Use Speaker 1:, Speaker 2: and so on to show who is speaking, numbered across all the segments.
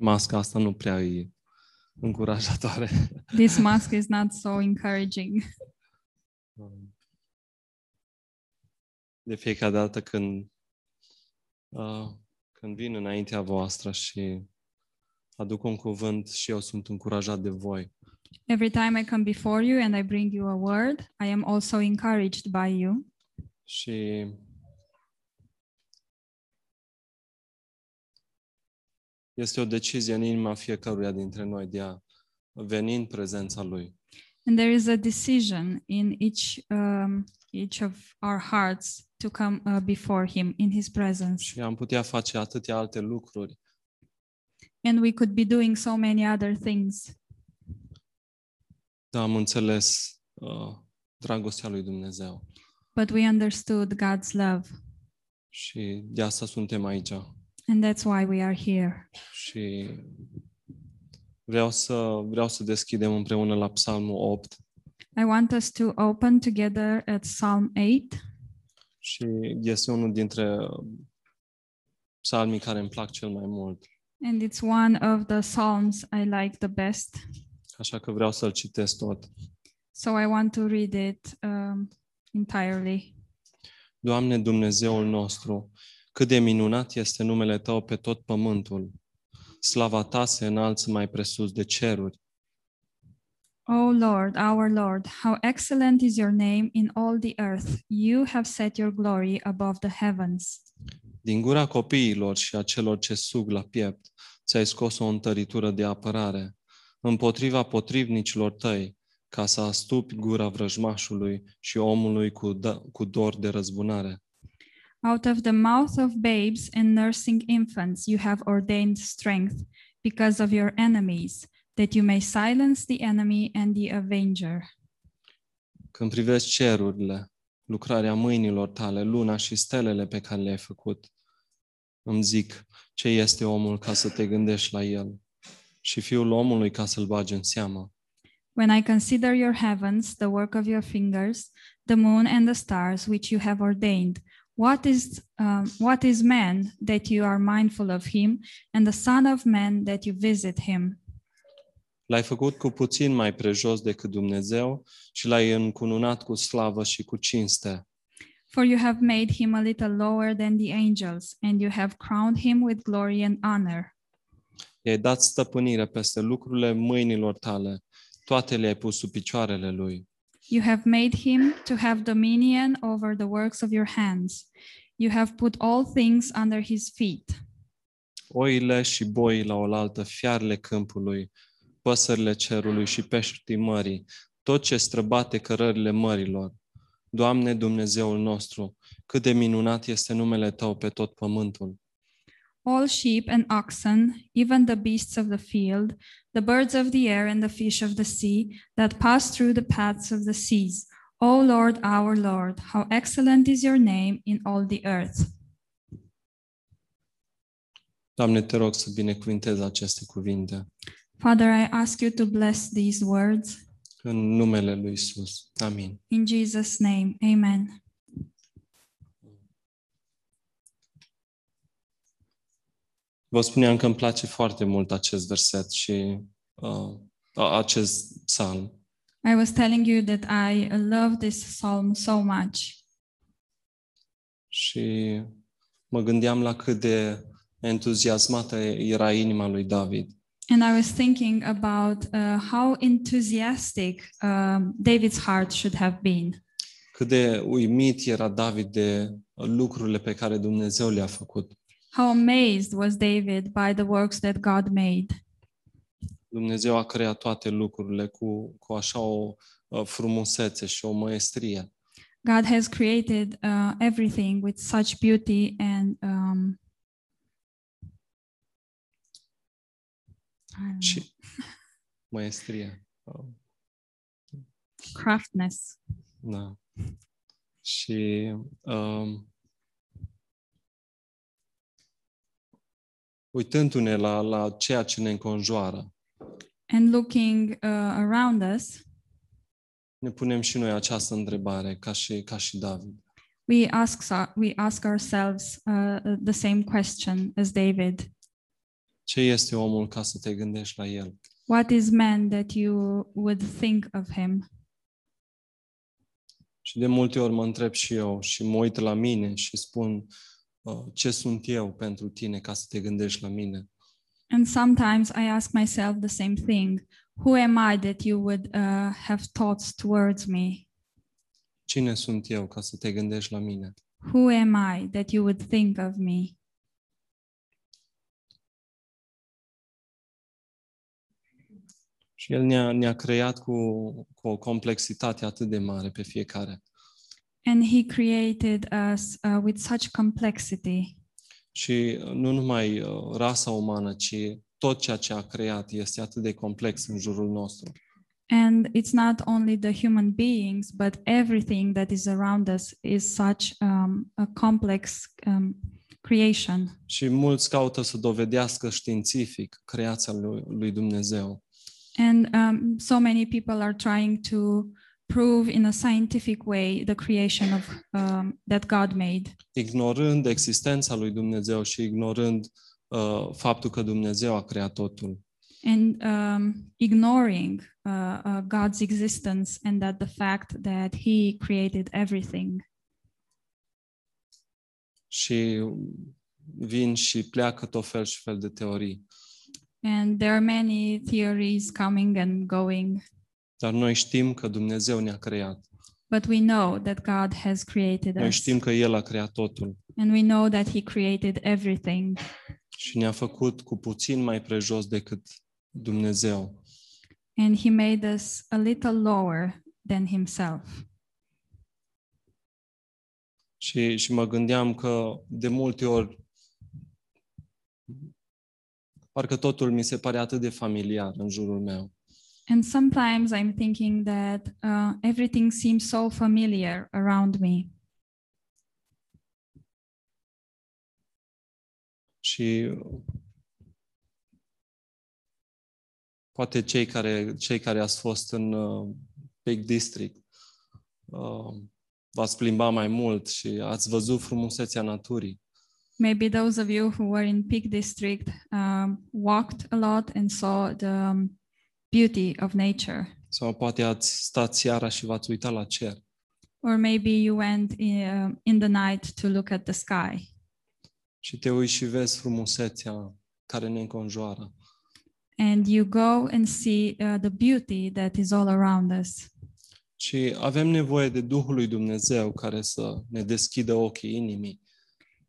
Speaker 1: masca asta nu prea e încurajatoare.
Speaker 2: This mask is not so encouraging.
Speaker 1: De fiecare dată când, uh, când vin înaintea voastră și aduc un cuvânt și eu sunt încurajat de voi.
Speaker 2: Every time I come before you and I bring you a word, I am also encouraged by you.
Speaker 1: Și este o decizie în inima fiecăruia dintre noi de a veni în prezența Lui.
Speaker 2: And there is a decision in each um, each of our hearts to come uh, before Him in His presence.
Speaker 1: Și am putea face atâtea alte lucruri,
Speaker 2: And we could be doing so many other things,
Speaker 1: dar Da, am înțeles uh, dragostea Lui Dumnezeu.
Speaker 2: but we understood God's love,
Speaker 1: Și de asta suntem aici.
Speaker 2: and that's why we are here.
Speaker 1: Și vreau să, vreau să deschidem împreună la Psalmul 8
Speaker 2: I want us to open together at Psalm 8.
Speaker 1: și este unul dintre uh, psalmii care îmi plac cel mai mult.
Speaker 2: And it's one of the Psalms I like the best.
Speaker 1: Așa că vreau să-l citesc tot.
Speaker 2: So I want to read it um, entirely.
Speaker 1: Doamne Dumnezeul nostru, cât de minunat este numele Tău pe tot pământul. Slava Ta se înalță mai presus de ceruri.
Speaker 2: O Lord, our Lord, how excellent is your name in all the earth. You have set your glory above the heavens.
Speaker 1: Din gura copiilor și a celor ce sug la piept, ți-ai scos o întăritură de apărare, împotriva potrivnicilor tăi, ca să astupi gura vrăjmașului și omului cu, da- cu dor de răzbunare.
Speaker 2: Out of the mouth of babes and nursing infants, you have ordained strength because of your enemies, that you may silence the enemy and the avenger.
Speaker 1: Când privești cerurile, lucrarea mâinilor tale, luna și stelele pe care le-ai făcut, îmi zic ce este omul ca să te gândești la el și fiul omului ca să-l bagi în seamă.
Speaker 2: When I consider your heavens, the work of your fingers, the moon and the stars which you have ordained, what is um, what is man that you are mindful of him, and the son of man that you visit him?
Speaker 1: L-ai făcut cu puțin mai prejos decât Dumnezeu și l-ai încununat cu slavă și cu cinste.
Speaker 2: For you have made him a little lower than the angels, and you have crowned him with glory and honor.
Speaker 1: I-ai dat stăpânire peste lucrurile mâinilor tale, toate le-ai pus sub picioarele lui.
Speaker 2: You have made him to have dominion over the works of your hands. You have put all things under his feet.
Speaker 1: Oile și boii la oaltă, fiarele câmpului, păsările cerului și peștii mării, tot ce străbate cărările mărilor. Doamne Dumnezeul nostru, cât de minunat este numele Tău pe tot pământul!
Speaker 2: all sheep and oxen, even the beasts of the field, the birds of the air and the fish of the sea that pass through the paths of the seas. O Lord, our Lord, how excellent is your name in all the earth.
Speaker 1: Doamne, te rog să binecuvintezi aceste cuvinte.
Speaker 2: Father, I ask you to bless these words.
Speaker 1: În numele Lui Isus. Amin.
Speaker 2: In Jesus' name, amen.
Speaker 1: Vă spuneam că îmi place foarte mult acest verset și uh, a- acest psalm.
Speaker 2: I was telling you that I love this psalm so much.
Speaker 1: Și mă gândeam la cât de entuziasmată era inima lui David.
Speaker 2: And I was thinking about uh, how enthusiastic um, David's heart should have been.
Speaker 1: Cât de uimit era David de lucrurile pe care Dumnezeu le-a făcut.
Speaker 2: How amazed was David by the works that God made.
Speaker 1: Dumnezeu a creat toate lucrurile cu, cu așa o uh, frumusețe și o maestrie.
Speaker 2: God has created uh, everything with such beauty and um, I don't know,
Speaker 1: Și maestrie. Uh,
Speaker 2: craftness.
Speaker 1: Da. Și um, uitându-ne la, la ceea ce ne înconjoară,
Speaker 2: And looking uh, around us,
Speaker 1: ne punem și noi această întrebare, ca și, ca și David.
Speaker 2: we ask so- we ask ourselves uh, the same question as David:
Speaker 1: Ce este omul ca să te gândești la el?
Speaker 2: What is man that you would think of him?
Speaker 1: Și de multe ori mă întreb și eu și mă uit la mine și spun uh, ce sunt eu pentru tine ca să te gândești la mine.
Speaker 2: And sometimes I ask myself the same thing Who am I that you would uh, have thoughts towards me?
Speaker 1: Cine sunt eu ca să te gândești la mine?
Speaker 2: Who am I that you would think of me?
Speaker 1: Și el ne-a, ne-a creat cu, cu o complexitate atât de mare pe fiecare.
Speaker 2: And he created us uh, with such complexity.
Speaker 1: Și nu numai uh, rasa umană, ci tot ceea ce a creat este atât de complex în jurul nostru.
Speaker 2: And it's not only the human beings, but everything that is around us is such um, a complex um, creation.
Speaker 1: Și mulți caută să dovedească științific creația lui, lui Dumnezeu.
Speaker 2: And um, so many people are trying to prove in a scientific way the creation of um, that God made,
Speaker 1: ignorând existența lui Dumnezeu și ignorând uh, faptul că Dumnezeu a creat totul.
Speaker 2: and um, ignoring uh, uh, God's existence and that the fact that He created everything.
Speaker 1: Și vin și pleacă tot fel și fel de teorii.
Speaker 2: And there are many theories coming and going,
Speaker 1: Dar noi știm că Dumnezeu ne-a creat.
Speaker 2: but we know that God has created
Speaker 1: Noi
Speaker 2: us,
Speaker 1: știm că El a creat totul
Speaker 2: and we know that He created everything,
Speaker 1: și ne-a făcut cu puțin mai prejos decât Dumnezeu.
Speaker 2: and He made us a little lower than Himself.
Speaker 1: Și, și mă gândeam că de multe ori parcă totul mi se pare atât de familiar în jurul meu.
Speaker 2: And sometimes I'm thinking that uh, everything seems so familiar around me.
Speaker 1: Și uh, poate cei care, cei care ați fost în uh, Big District uh, v-ați plimbat mai mult și ați văzut frumusețea naturii.
Speaker 2: Maybe those of you who were in Peak District um, walked a lot and saw the um, beauty of nature.
Speaker 1: Sau poate ați stat seara și v-ați uitat la cer.
Speaker 2: Or maybe you went uh, in the night to look at the sky
Speaker 1: Și te uiți și vezi frumusețea care ne înconjoară.
Speaker 2: and you go and see uh, the beauty that is all around us.
Speaker 1: Și avem nevoie de Duhul lui Dumnezeu care să ne deschidă ochii inimii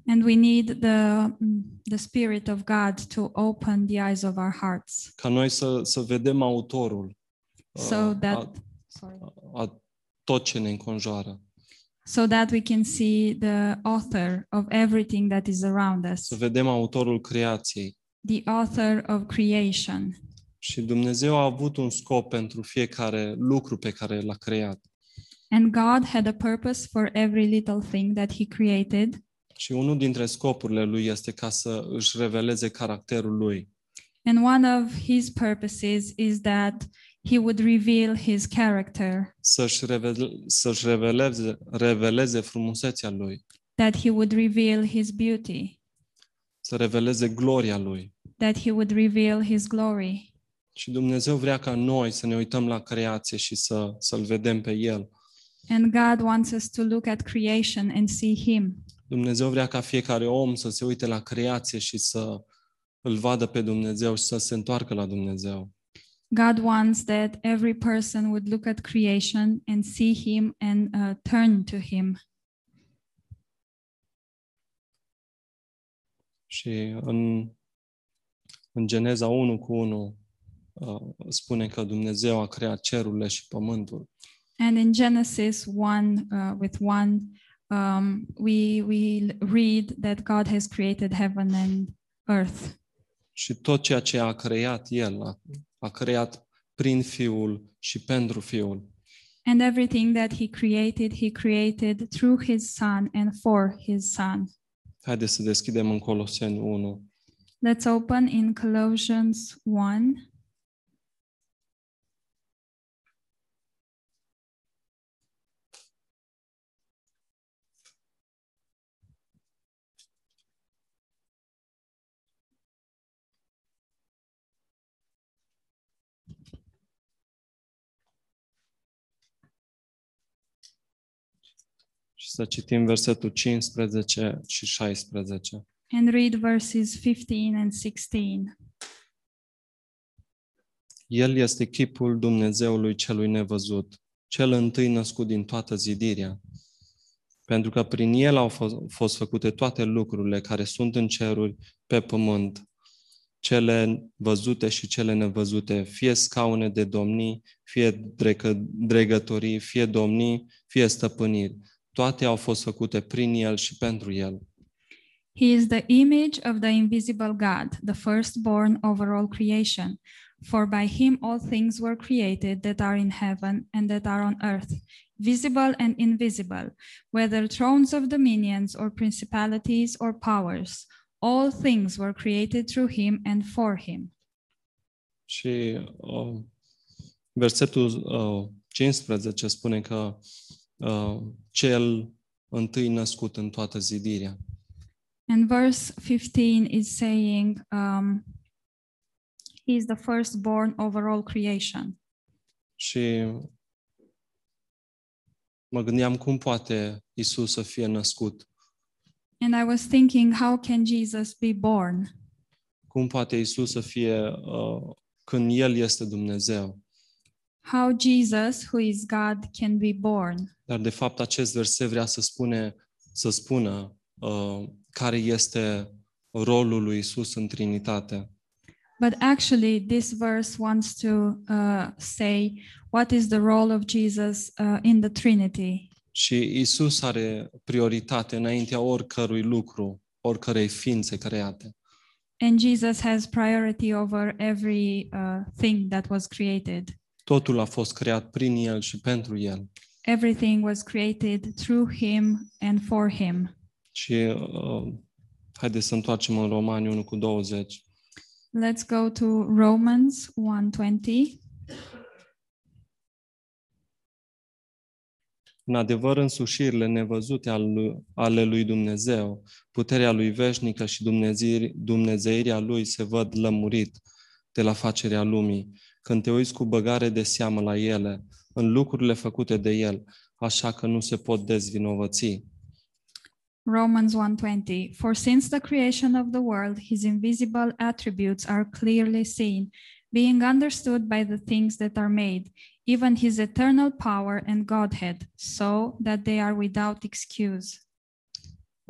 Speaker 2: And we need the, mm, the Spirit of God to open the eyes of our hearts
Speaker 1: ca noi să, să vedem autorul uh,
Speaker 2: so that.
Speaker 1: a,
Speaker 2: Sorry.
Speaker 1: a tot ce ne înconjoară.
Speaker 2: so that we can see the author of everything that is around us,
Speaker 1: Să vedem autorul creației.
Speaker 2: the author of creation.
Speaker 1: Și Dumnezeu a avut un scop pentru fiecare lucru pe care l-a creat.
Speaker 2: And God had a purpose for every little thing that He created.
Speaker 1: Și unul dintre scopurile lui este ca să își reveleze caracterul lui.
Speaker 2: And one of His purposes is that He would reveal His character,
Speaker 1: Să-și, revele, să-și reveleze, reveleze frumusețea lui,
Speaker 2: that He would reveal His beauty,
Speaker 1: să reveleze gloria lui.
Speaker 2: that He would reveal His glory.
Speaker 1: Și Dumnezeu vrea ca noi să ne uităm la creație și să, să-L vedem pe El.
Speaker 2: And God wants us to look at creation and see Him.
Speaker 1: Dumnezeu vrea ca fiecare om să se uite la creație și să îl vadă pe Dumnezeu și să se întoarcă la Dumnezeu.
Speaker 2: God wants that every person would look at creation and see Him and uh, turn to Him.
Speaker 1: Și în, în Geneza 1 cu 1 uh, spune că Dumnezeu a creat cerurile și pământul.
Speaker 2: And in Genesis 1 uh, with 1, um, we, we l- read that God has created heaven and earth
Speaker 1: Și tot ceea ce a creat El, a, a creat prin Fiul și pentru Fiul.
Speaker 2: and everything that He created, He created through His Son and for His Son.
Speaker 1: Haideți să deschidem în Coloseni 1.
Speaker 2: Let's open in Colossians 1.
Speaker 1: să citim versetul 15 și 16.
Speaker 2: and read verses 15 and 16.
Speaker 1: El este chipul Dumnezeului celui nevăzut, cel întâi născut din toată zidirea, pentru că prin el au fo- fost făcute toate lucrurile care sunt în ceruri, pe pământ, cele văzute și cele nevăzute, fie scaune de domnii, fie drecă, dregătorii, fie domnii, fie stăpâniri. Toate au fost făcute prin el și pentru el.
Speaker 2: He is the image of the invisible God, the firstborn over all creation. For by him all things were created that are in heaven and that are on earth, visible and invisible, whether thrones of dominions or principalities or powers. All things were created through him and for him.
Speaker 1: Și uh, versetul uh, 15 spune că uh, cel întâi născut în toată zidirea.
Speaker 2: And verse 15 is saying, um, He is the firstborn over all creation.
Speaker 1: Și mă gândeam cum poate Isus să fie născut,
Speaker 2: And I was thinking, how can Jesus be born?
Speaker 1: cum poate Isus să fie uh, când El este Dumnezeu.
Speaker 2: How Jesus, who is God, can be born.
Speaker 1: Dar de fapt acest verset vrea să spune să spună uh, care este rolul lui Isus în Trinitate.
Speaker 2: But actually, this verse wants to uh, say what is the role of Jesus uh, in the Trinity.
Speaker 1: Și Isus are prioritate înaintea oricărui lucru, oricărei ființe create.
Speaker 2: And Jesus has priority over every uh, thing that was created.
Speaker 1: Totul a fost creat prin El și pentru El.
Speaker 2: Everything was created through him and for him.
Speaker 1: Și uh, haideți să întoarcem în Romani 1 cu 20.
Speaker 2: Let's go to Romans 1:20.
Speaker 1: În adevăr, însușirile nevăzute al lui- ale lui Dumnezeu, puterea lui veșnică și dumnezeiri- dumnezeirea lui se văd lămurit de la facerea lumii, când te uiți cu băgare de seamă la ele, în lucrurile făcute de el, așa că nu se pot dezvinovăți.
Speaker 2: Romans 1:20 For since the creation of the world his invisible attributes are clearly seen being understood by the things that are made even his eternal power and godhead so that they are without excuse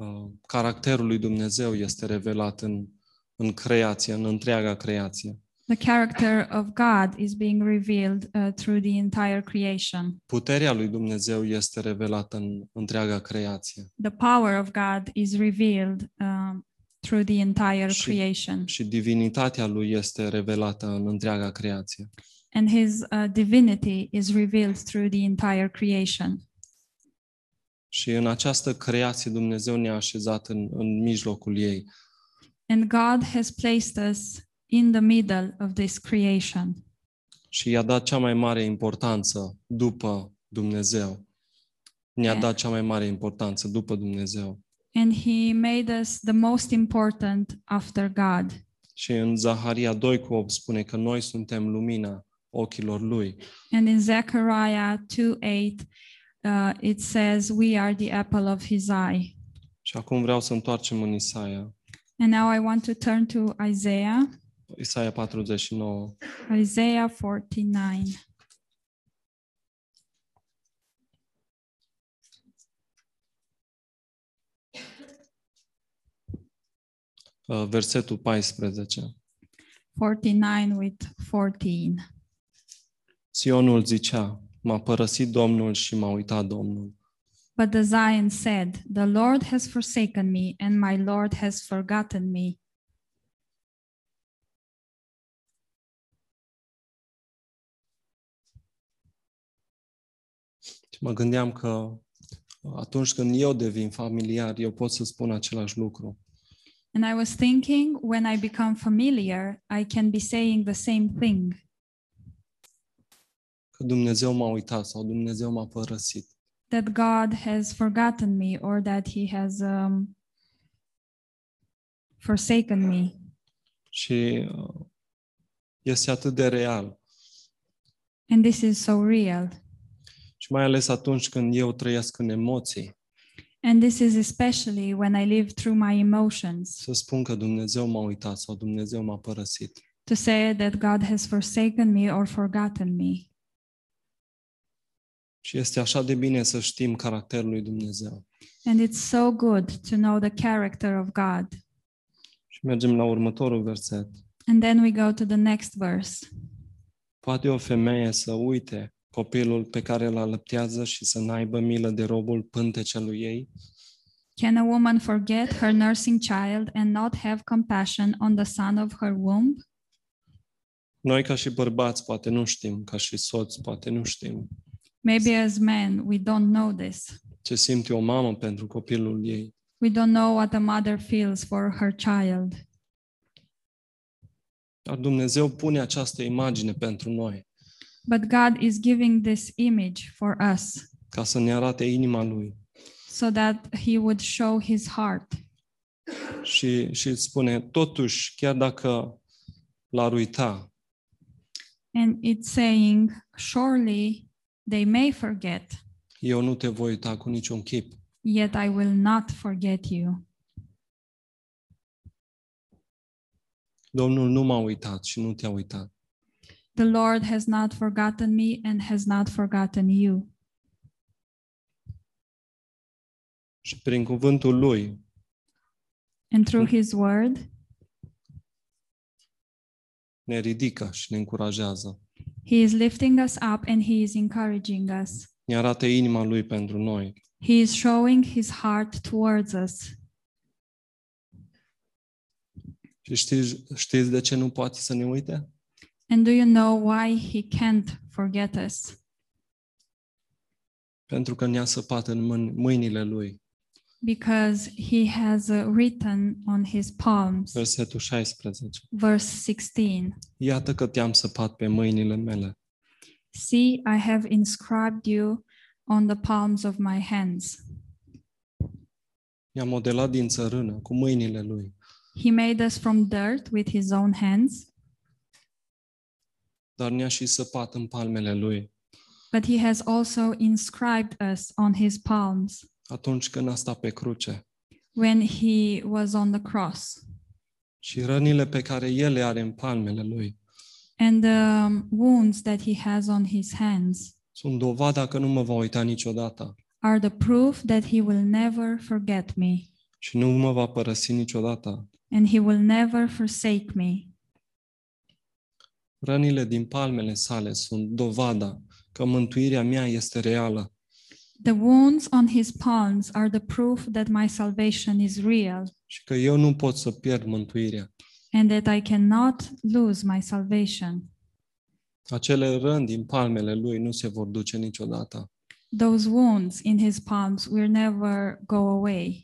Speaker 1: Uh, caracterul lui Dumnezeu este revelat în, în creație, în întreaga creație.
Speaker 2: the character of God is being revealed uh, through the entire creation
Speaker 1: Puterea lui Dumnezeu este revelată în întreaga creație
Speaker 2: the power of God is revealed um, through the entire
Speaker 1: Și-
Speaker 2: creation
Speaker 1: și divinitatea lui este revelată în întreaga creație.
Speaker 2: and his uh, divinity is revealed through the entire creation
Speaker 1: Și în această creație Dumnezeu ne-a așezat în, în mijlocul ei.
Speaker 2: And God has placed us in the middle of this creation.
Speaker 1: Și i-a dat cea mai mare importanță după Dumnezeu. Ne-a
Speaker 2: Da.
Speaker 1: dat cea mai mare importanță după Dumnezeu.
Speaker 2: And He made us the most important after God.
Speaker 1: Și în Zaharia 2 cu 8 spune că noi suntem lumina ochilor lui.
Speaker 2: And in Zechariah 2 8, uh, it says, We are the apple of His eye.
Speaker 1: Și acum vreau să întoarcem în Isaia,
Speaker 2: And now I want to turn to Isaiah,
Speaker 1: Isaia 49.
Speaker 2: Isaiah 49.
Speaker 1: uh, versetul 14.
Speaker 2: 49 with 14.
Speaker 1: Sionul zicea, m-a părăsit Domnul și m-a uitat Domnul.
Speaker 2: But the Zion said, The Lord has forsaken me, and my Lord has forgotten me.
Speaker 1: Și mă gândeam că uh, atunci când eu devin familiar, eu pot să spun același lucru.
Speaker 2: And I was thinking, when I become familiar, I can be saying the same thing
Speaker 1: Că Dumnezeu m-a uitat sau Dumnezeu m-a părăsit.
Speaker 2: that God has forgotten me or that He has um, forsaken me.
Speaker 1: Și uh, este atât de real.
Speaker 2: And this is so real.
Speaker 1: Și mai ales atunci când eu trăiesc în emoții.
Speaker 2: And this is especially when I live through my emotions
Speaker 1: Să spun că Dumnezeu m-a uitat sau Dumnezeu m-a părăsit.
Speaker 2: to say that God has forsaken me or forgotten me.
Speaker 1: Și este așa de bine să știm caracterul lui Dumnezeu.
Speaker 2: And it's so good to know the character of God.
Speaker 1: Și mergem la următorul verset.
Speaker 2: And then we go to the next verse.
Speaker 1: Poate o femeie să uite copilul pe care îl alăptează și să n-aibă milă de robul pântecelui ei?
Speaker 2: Can a woman forget her nursing child and not have compassion on the son of her womb?
Speaker 1: Noi ca și bărbați poate nu știm, ca și soți poate nu știm
Speaker 2: Maybe as men, we don't know this.
Speaker 1: ce simte o mamă pentru copilul ei.
Speaker 2: We don't know what a mother feels for her child.
Speaker 1: Dar Dumnezeu pune această imagine pentru noi,
Speaker 2: But God is giving this image for us
Speaker 1: ca să ne arate inima Lui.
Speaker 2: so that He would show His heart.
Speaker 1: Și, și îți spune, totuși, chiar dacă l-ar uita,
Speaker 2: And it's saying, Surely they may forget,
Speaker 1: eu nu te voi uita cu niciun chip.
Speaker 2: yet I will not forget you.
Speaker 1: Domnul nu m-a uitat și nu te-a uitat.
Speaker 2: The Lord has not forgotten me and has not forgotten you.
Speaker 1: Și prin cuvântul Lui,
Speaker 2: And through His word,
Speaker 1: ne ridică și ne încurajează.
Speaker 2: He is lifting us up and He is encouraging us.
Speaker 1: Ne arată inima Lui pentru noi.
Speaker 2: He is showing His heart towards us.
Speaker 1: Și știți, știți de ce nu poate să ne uite?
Speaker 2: And do you know why He can't forget us?
Speaker 1: Pentru că ne-a săpat în mân- mâinile Lui.
Speaker 2: Because He has uh, written on His palms,
Speaker 1: Versetul 16.
Speaker 2: verse 16.
Speaker 1: Iată că te-am săpat pe mâinile mele.
Speaker 2: See, I have inscribed you on the palms of my hands.
Speaker 1: Ne-a modelat din țărână, cu mâinile Lui.
Speaker 2: He made us from dirt with his own hands,
Speaker 1: Dar ne-a și săpat în palmele Lui.
Speaker 2: but he has also inscribed us on his palms
Speaker 1: Atunci când a stat pe cruce.
Speaker 2: when he was on the cross.
Speaker 1: Și rănile pe care El le are în palmele Lui
Speaker 2: And the um, wounds that he has on his hands
Speaker 1: sunt dovada că nu mă va uita niciodată.
Speaker 2: are the proof that he will never forget me
Speaker 1: Și nu mă va părăsi niciodată.
Speaker 2: and he will never forsake me.
Speaker 1: Rănile din palmele sale sunt dovada că mântuirea mea este reală.
Speaker 2: The wounds on his palms are the proof that my salvation is real
Speaker 1: și că eu nu pot să pierd mântuirea.
Speaker 2: and that I cannot lose my salvation.
Speaker 1: Acele rând din palmele lui nu se vor duce niciodată.
Speaker 2: those wounds in his palms will never go away.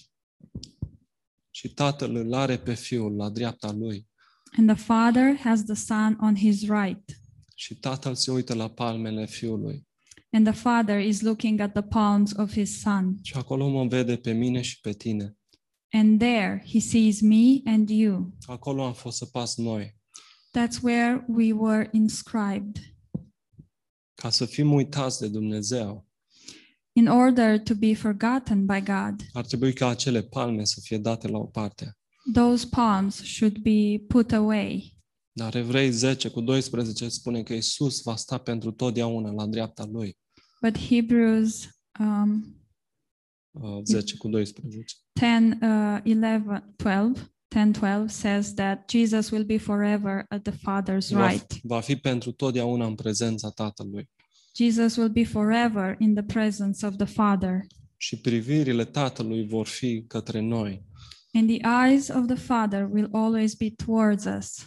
Speaker 1: Și tatăl îl are pe fiul la dreapta lui.
Speaker 2: And the Father has the Son on his right.
Speaker 1: Și tatăl se uită la palmele fiului.
Speaker 2: And the Father is looking at the palms of his Son.
Speaker 1: Și acolo mă vede pe mine și pe tine.
Speaker 2: And there he sees me and you.
Speaker 1: Acolo am fost să pas noi.
Speaker 2: That's where we were inscribed.
Speaker 1: Ca să fim uitați de Dumnezeu,
Speaker 2: In order to be forgotten by God,
Speaker 1: ar trebui ca acele palme să fie date la o parte.
Speaker 2: those palms should be put away.
Speaker 1: Dar Evrei 10 cu 12 spune că Isus va sta pentru totdeauna la dreapta lui.
Speaker 2: But Hebrews um,
Speaker 1: Uh, 10 cu 12.
Speaker 2: 10 uh, 11 12 10 12 says that Jesus will be forever at the Father's
Speaker 1: Va,
Speaker 2: right.
Speaker 1: va fi pentru totdeauna în prezența tatălui.
Speaker 2: Jesus will be forever in the presence of the Father,
Speaker 1: și privirile Tatălui vor fi către noi.
Speaker 2: and the eyes of the Father will always be towards us.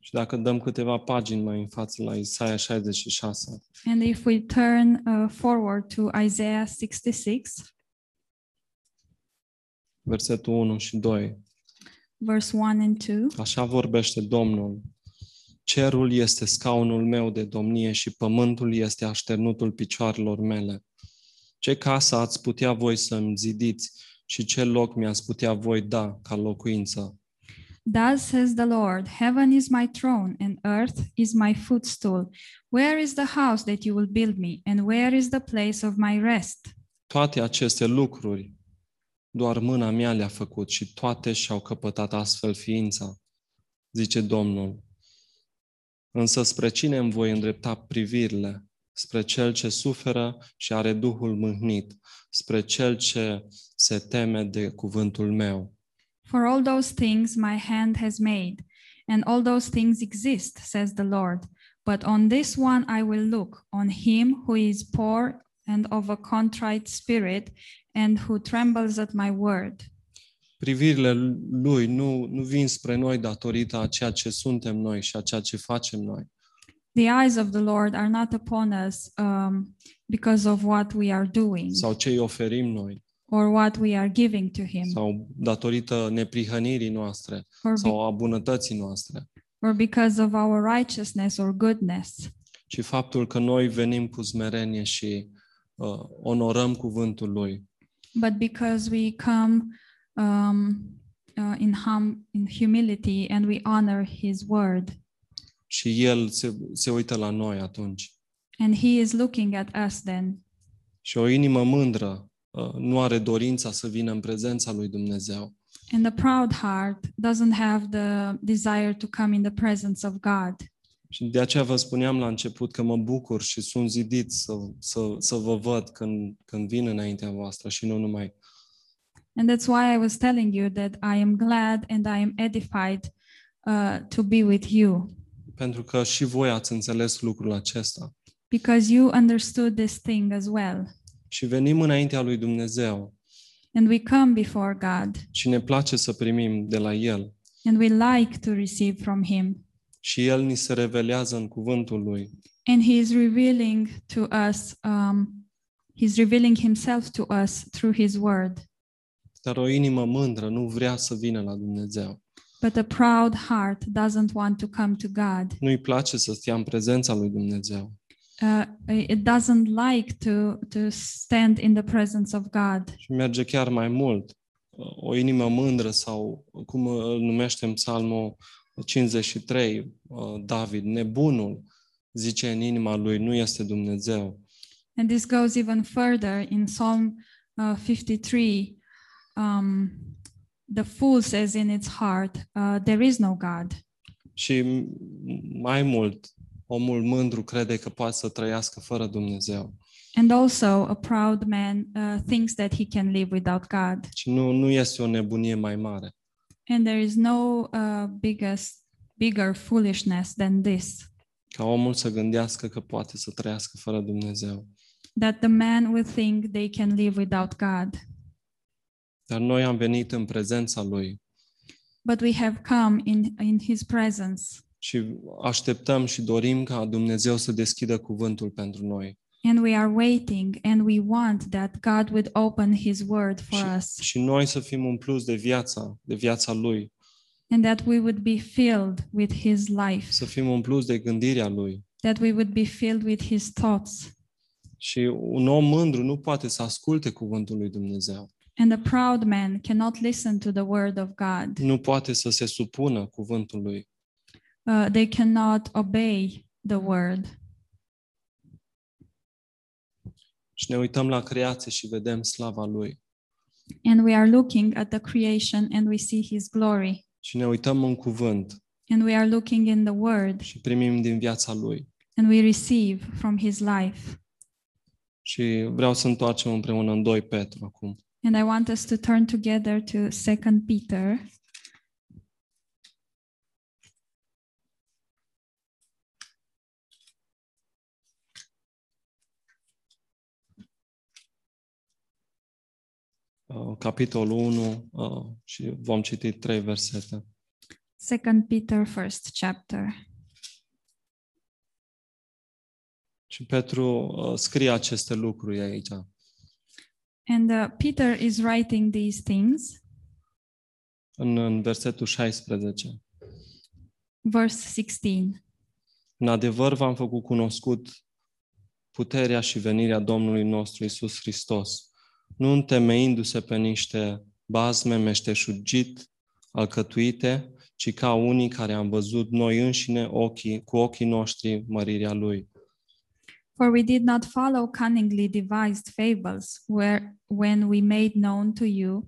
Speaker 1: Și dacă dăm câteva pagini mai în față la Isaia 66,
Speaker 2: And if we turn uh, forward to Isaiah 66,
Speaker 1: versetul 1 și 2,
Speaker 2: verse 1 and 2,
Speaker 1: așa vorbește Domnul. Cerul este scaunul meu de domnie și pământul este așternutul picioarelor mele. Ce casă ați putea voi să-mi zidiți și ce loc mi-ați putea voi da ca locuință?
Speaker 2: Thus says the Lord Heaven is my throne, and earth is my footstool. Where is the house that you will build me, and where is the place of my rest?
Speaker 1: Toate aceste lucruri Doar mâna mea le-a făcut și toate și-au căpătat astfel ființa, zice Domnul. Însă spre cine îmi voi îndrepta privirile? Spre cel ce suferă și are Duhul mâhnit, spre cel ce se teme de cuvântul meu.
Speaker 2: For all those things my hand has made, and all those things exist, says the Lord. But on this one I will look, on him who is poor and of a contrite spirit, and who trembles at my word.
Speaker 1: Privirile lui nu, nu vin spre noi datorită a ceea ce suntem noi și a ceea ce facem noi,
Speaker 2: The eyes of the Lord are not upon us um, because of what we are doing
Speaker 1: sau ce îi oferim noi,
Speaker 2: or what we are giving to him,
Speaker 1: sau datorită neprihănirii noastre,
Speaker 2: or, be-
Speaker 1: sau a bunătății noastre,
Speaker 2: or because of our righteousness or goodness,
Speaker 1: ci faptul că noi venim cu smerenie și uh, onorăm cuvântul lui,
Speaker 2: but because we come um, uh, in, hum- in humility and we honor his word.
Speaker 1: Și El se, se uită la noi atunci.
Speaker 2: And he is looking at us then.
Speaker 1: Și o inimă mândră uh, nu are dorința să vină în prezența lui Dumnezeu.
Speaker 2: And the proud heart doesn't have the desire to come in the presence of God.
Speaker 1: Și de aceea vă spuneam la început că mă bucur și sunt zidit să, să, să vă văd când, când vin înaintea voastră și nu numai.
Speaker 2: And that's why I was telling you that I am glad and I am edified uh, to be with you
Speaker 1: Pentru că și voi ați înțeles lucrul acesta.
Speaker 2: because you understood this thing as well.
Speaker 1: Și venim înaintea lui Dumnezeu
Speaker 2: And we come before God
Speaker 1: și ne place să primim de la El.
Speaker 2: and we like to receive from Him.
Speaker 1: Și El ni se revelează în cuvântul Lui.
Speaker 2: And He is revealing to us, um, He's revealing Himself to us through His word.
Speaker 1: Dar o inimă mândră nu vrea să vină la Dumnezeu.
Speaker 2: But a proud heart doesn't want to come to God.
Speaker 1: Nu-i place să stea în prezența lui Dumnezeu.
Speaker 2: uh, it doesn't like to to stand in the presence of God.
Speaker 1: Și merge chiar mai mult. O inimă mândră sau cum îl numește în psalmul 53, uh, David, nebunul, zice în inima lui, nu este Dumnezeu.
Speaker 2: And this goes even further in Psalm uh, 53. Um, the fool says in its heart, uh, "There is no God."
Speaker 1: Și m- mai mult, omul mândru crede că poate să trăiască fără Dumnezeu.
Speaker 2: And also, a proud man uh, thinks that he can live without God.
Speaker 1: Și nu, nu este o nebunie mai mare.
Speaker 2: And there is no uh, biggest bigger foolishness than this:
Speaker 1: Ca omul să gândească că poate să trăiască fără Dumnezeu.
Speaker 2: that the man will think they can live without God.
Speaker 1: Dar noi am venit în prezența lui
Speaker 2: But we have come in in His presence.
Speaker 1: și așteptăm și dorim ca Dumnezeu să deschidă cuvântul pentru noi.
Speaker 2: And we are waiting and we want that God would open his word for us
Speaker 1: Și noi să fim umpluți de viața, de viața Lui,
Speaker 2: and that we would be filled with his life,
Speaker 1: să fim umpluți de gândirea Lui.
Speaker 2: that we would be filled with his thoughts.
Speaker 1: Și un om mândru nu poate să asculte cuvântul lui Dumnezeu.
Speaker 2: And a proud man cannot listen to the word of God,
Speaker 1: Nu poate să se supună cuvântului.
Speaker 2: Uh, they cannot obey the word.
Speaker 1: Și ne uităm la creație și vedem slava Lui.
Speaker 2: And we are looking at the creation and we see his glory.
Speaker 1: Și ne uităm în cuvânt
Speaker 2: And we are looking in the word
Speaker 1: și primim din viața Lui.
Speaker 2: and we receive from his life.
Speaker 1: Și vreau să întoarcem împreună în 2 Petru acum.
Speaker 2: And I want us to turn together to 2 Peter.
Speaker 1: uh, capitolul 1 uh, și vom citi trei versete.
Speaker 2: Second Peter, first chapter.
Speaker 1: Și Petru uh, scrie aceste lucruri aici.
Speaker 2: And uh, Peter is writing these things.
Speaker 1: În, în versetul 16.
Speaker 2: Verse 16
Speaker 1: În adevăr v-am făcut cunoscut puterea și venirea Domnului nostru Isus Hristos, nu întemeindu-se pe niște bazme meșteșugit, alcătuite, ci ca unii care am văzut noi înșine ochii, cu ochii noștri mărirea Lui.
Speaker 2: For we did not follow cunningly devised fables where, when we made known to you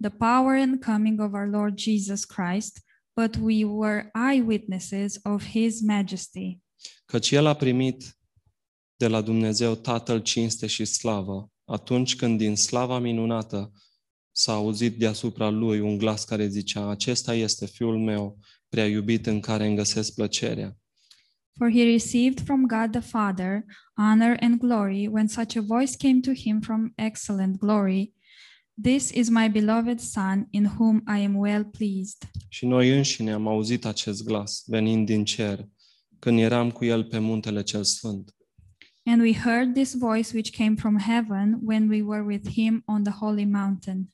Speaker 2: the power and coming of our Lord Jesus Christ, but we were eyewitnesses of his majesty.
Speaker 1: căci El a primit de la Dumnezeu Tatăl cinste și slavă, atunci când din slava minunată s-a auzit deasupra Lui un glas care zicea, Acesta este Fiul meu, prea iubit în care îmi găsesc plăcerea.
Speaker 2: For he received from God the Father honor and glory when such a voice came to him from excellent glory This is my beloved Son, in whom I am well pleased.
Speaker 1: Și noi înșine am auzit acest glas, venind din cer, când eram cu El pe muntele cel sfânt.
Speaker 2: And we heard this voice which came from heaven when we were with him on the holy mountain.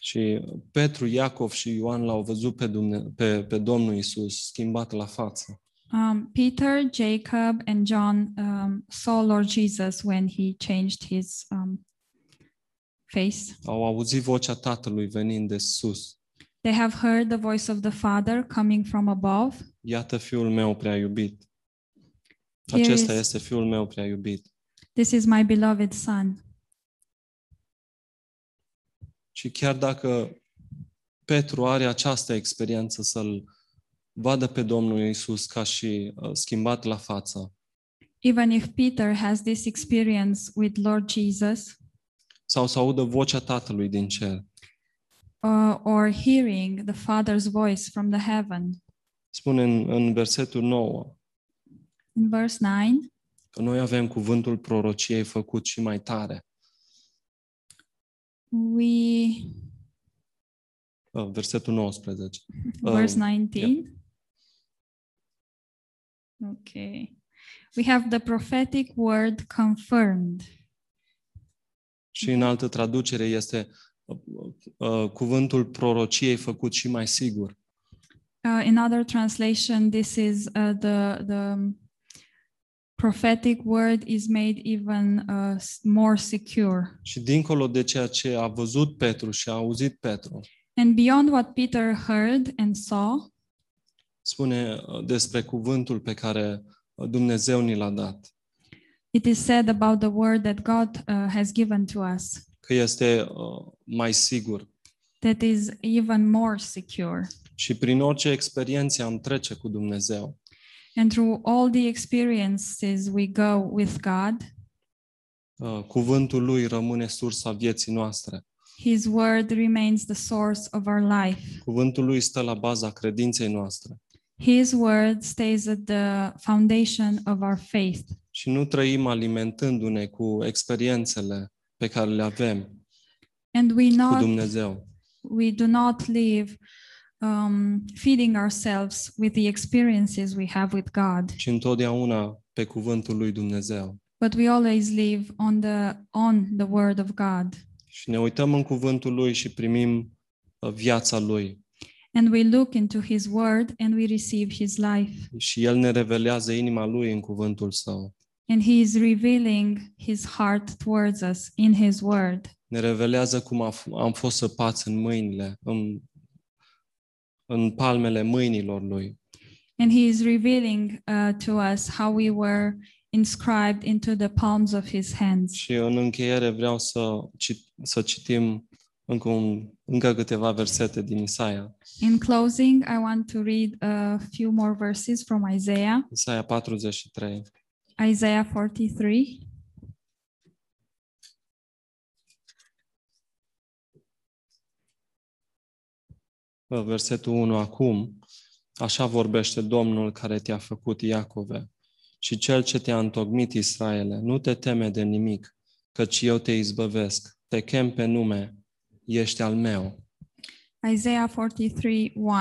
Speaker 1: Și Petru, Iacov și Ioan l-au văzut pe, Dumne- pe, pe Domnul Isus schimbat la față.
Speaker 2: Um, Peter, Jacob, and John um, saw Lord Jesus when he changed his um, face.
Speaker 1: Au auzit vocea Tatălui venind de sus.
Speaker 2: They have heard the voice of the Father coming from above.
Speaker 1: Iată fiul meu prea iubit.
Speaker 2: Here
Speaker 1: Acesta
Speaker 2: is-
Speaker 1: este fiul meu prea iubit.
Speaker 2: This is my beloved Son.
Speaker 1: Și chiar dacă Petru are această experiență să-l vadă pe Domnul Iisus ca și uh, schimbat la față,
Speaker 2: Even if Peter has this experience with Lord Jesus,
Speaker 1: sau să audă vocea Tatălui din cer,
Speaker 2: uh, or hearing the Father's voice from the heaven.
Speaker 1: spune în, în versetul 9
Speaker 2: In verse 9,
Speaker 1: că noi avem cuvântul prorociei făcut și mai tare.
Speaker 2: we,
Speaker 1: Uh, Versetul 19.
Speaker 2: verse
Speaker 1: Um,
Speaker 2: 19. Okay. We have the prophetic word confirmed.
Speaker 1: Și în altă traducere este uh, uh, cuvântul prorociei făcut și mai sigur.
Speaker 2: Uh, in other translation, this is uh, the, the prophetic word is made even uh, s- more secure.
Speaker 1: Și dincolo de ceea ce a văzut Petru și a auzit Petru,
Speaker 2: And beyond what Peter heard and saw,
Speaker 1: spune uh, despre cuvântul pe care uh, Dumnezeu ni l-a dat,
Speaker 2: it is said about the word that God uh, has given to us.
Speaker 1: că este uh, mai sigur.
Speaker 2: that is even more secure.
Speaker 1: Și prin orice experiențe am trece cu Dumnezeu,
Speaker 2: And through all the experiences we go with God,
Speaker 1: uh, cuvântul Lui rămâne sursa vieții noastre.
Speaker 2: His word remains the source of our life.
Speaker 1: Cuvântul Lui stă la baza credinței noastre.
Speaker 2: His word stays at the foundation of our faith.
Speaker 1: Și nu trăim alimentându-ne cu experiențele pe care le avem
Speaker 2: And we
Speaker 1: cu
Speaker 2: not
Speaker 1: Dumnezeu,
Speaker 2: we do not live um, feeding ourselves with the experiences we have with God,
Speaker 1: ci întotdeauna pe cuvântul Lui Dumnezeu.
Speaker 2: but we always live on the on the word of God.
Speaker 1: Și ne uităm în cuvântul Lui și primim uh, viața Lui.
Speaker 2: And we look into his word and we receive his life.
Speaker 1: Și El ne revelează inima Lui în cuvântul Său.
Speaker 2: And he is revealing his heart towards us in his word.
Speaker 1: Ne revelează cum a f- am fost săpați în mâinile, în, în palmele mâinilor Lui.
Speaker 2: And he is revealing uh, to us how we were inscribed into the palms of his hands.
Speaker 1: Și în încheiere vreau să, ci- să citim încă, un, încă câteva versete din Isaia.
Speaker 2: In closing, I want to read a few more verses from Isaiah,
Speaker 1: Isaia 43.
Speaker 2: Isaiah 43.
Speaker 1: versetul 1 acum, așa vorbește Domnul care te-a făcut Iacove și Cel ce te-a întocmit Israele, nu te teme de nimic, căci eu te izbăvesc, te chem pe nume, ești al meu.
Speaker 2: Isaiah 43 1.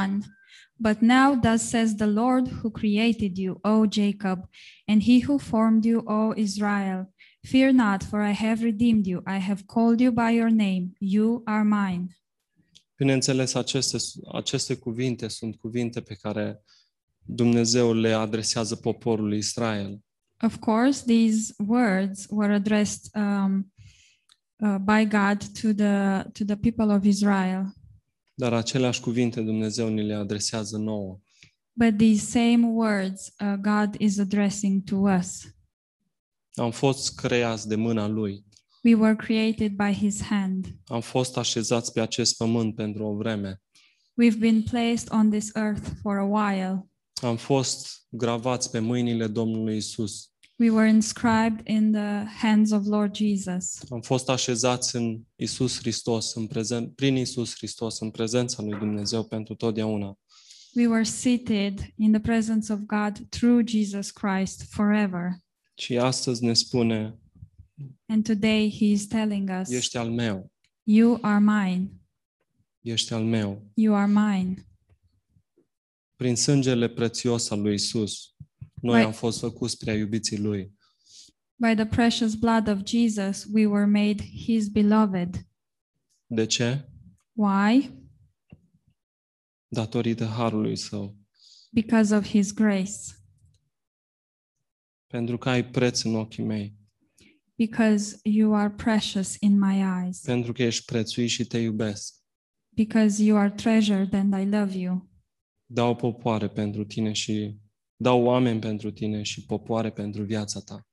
Speaker 2: But now, thus says the Lord who created you, O Jacob, and he who formed you, O Israel. Fear not, for I have redeemed you. I have called you by your name. You are mine.
Speaker 1: Bineînțeles, aceste, aceste cuvinte sunt cuvinte pe care Dumnezeu le adresează poporului Israel.
Speaker 2: Of course, these words were addressed um, uh, by God to the, to the people of Israel.
Speaker 1: Dar aceleași cuvinte Dumnezeu ni le adresează nouă.
Speaker 2: But these same words uh, God is addressing to us.
Speaker 1: Am fost creați de mâna Lui.
Speaker 2: We were created by His hand.
Speaker 1: Am fost așezați pe acest pământ pentru o vreme.
Speaker 2: We've been placed on this earth for a while.
Speaker 1: Am fost gravați pe mâinile Domnului Isus.
Speaker 2: We were inscribed in the hands of Lord Jesus.
Speaker 1: Am fost așezați în Isus Hristos, în prezen- prin Isus Hristos, în prezența lui Dumnezeu pentru totdeauna.
Speaker 2: We were seated in the presence of God through Jesus Christ forever.
Speaker 1: Și astăzi ne spune,
Speaker 2: And today He is telling us,
Speaker 1: ești al meu,
Speaker 2: You are mine.
Speaker 1: ești al meu.
Speaker 2: You are mine.
Speaker 1: Prin sângele prețios al lui Isus, noi
Speaker 2: Right.
Speaker 1: am fost făcuți prea iubiții lui.
Speaker 2: By the precious blood of Jesus, we were made His beloved.
Speaker 1: De ce?
Speaker 2: Why?
Speaker 1: Datorită harului său.
Speaker 2: Because of His grace.
Speaker 1: Pentru că ai preț în ochii mei,
Speaker 2: Because you are precious in my eyes.
Speaker 1: pentru că ești prețuit și te iubesc.
Speaker 2: Because you are treasured and I love you.
Speaker 1: Dau popoare pentru tine și dau oameni pentru tine și popoare pentru viața ta.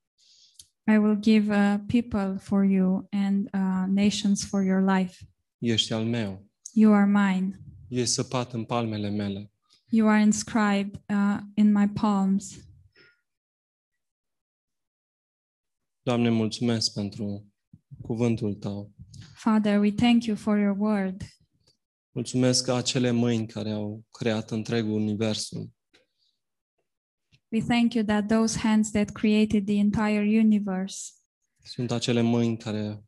Speaker 2: I will give uh, people for you and uh, nations for your life.
Speaker 1: Ești al meu.
Speaker 2: You are mine.
Speaker 1: Ești săpat în palmele mele.
Speaker 2: You are inscribed uh, in my palms.
Speaker 1: Doamne, mulțumesc pentru cuvântul tău.
Speaker 2: Father, we thank you for your word.
Speaker 1: Mulțumesc că acele mâini care au creat întregul universul,
Speaker 2: We thank you that those hands that created the entire universe
Speaker 1: sunt acele mâini care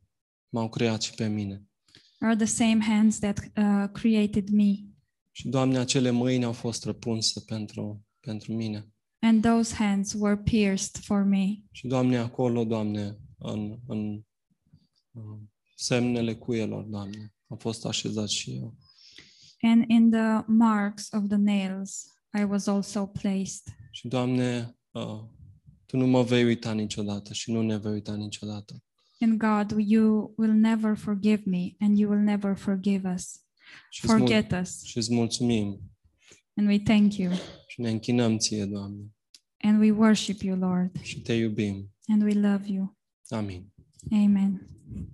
Speaker 1: m-au creat și pe mine.
Speaker 2: are the same hands that uh, created me.
Speaker 1: Și, Doamne, acele mâini au fost răpunse pentru, pentru mine.
Speaker 2: And those hands were pierced for me.
Speaker 1: Și, Doamne, acolo, Doamne, în, în uh, semnele cuielor, Doamne, am fost așezat și eu.
Speaker 2: And in the marks of the nails, I was also placed.
Speaker 1: Și, Doamne, uh, Tu nu mă vei uita niciodată și nu ne vei uita niciodată.
Speaker 2: And God, you will never forgive me, and you will never forgive us.
Speaker 1: Și îți, mul-
Speaker 2: Forget us.
Speaker 1: și îți mulțumim
Speaker 2: And we thank you.
Speaker 1: și ne închinăm Ție, Doamne,
Speaker 2: And we worship you, Lord.
Speaker 1: și Te iubim.
Speaker 2: And we love you.
Speaker 1: Amin.
Speaker 2: Amen.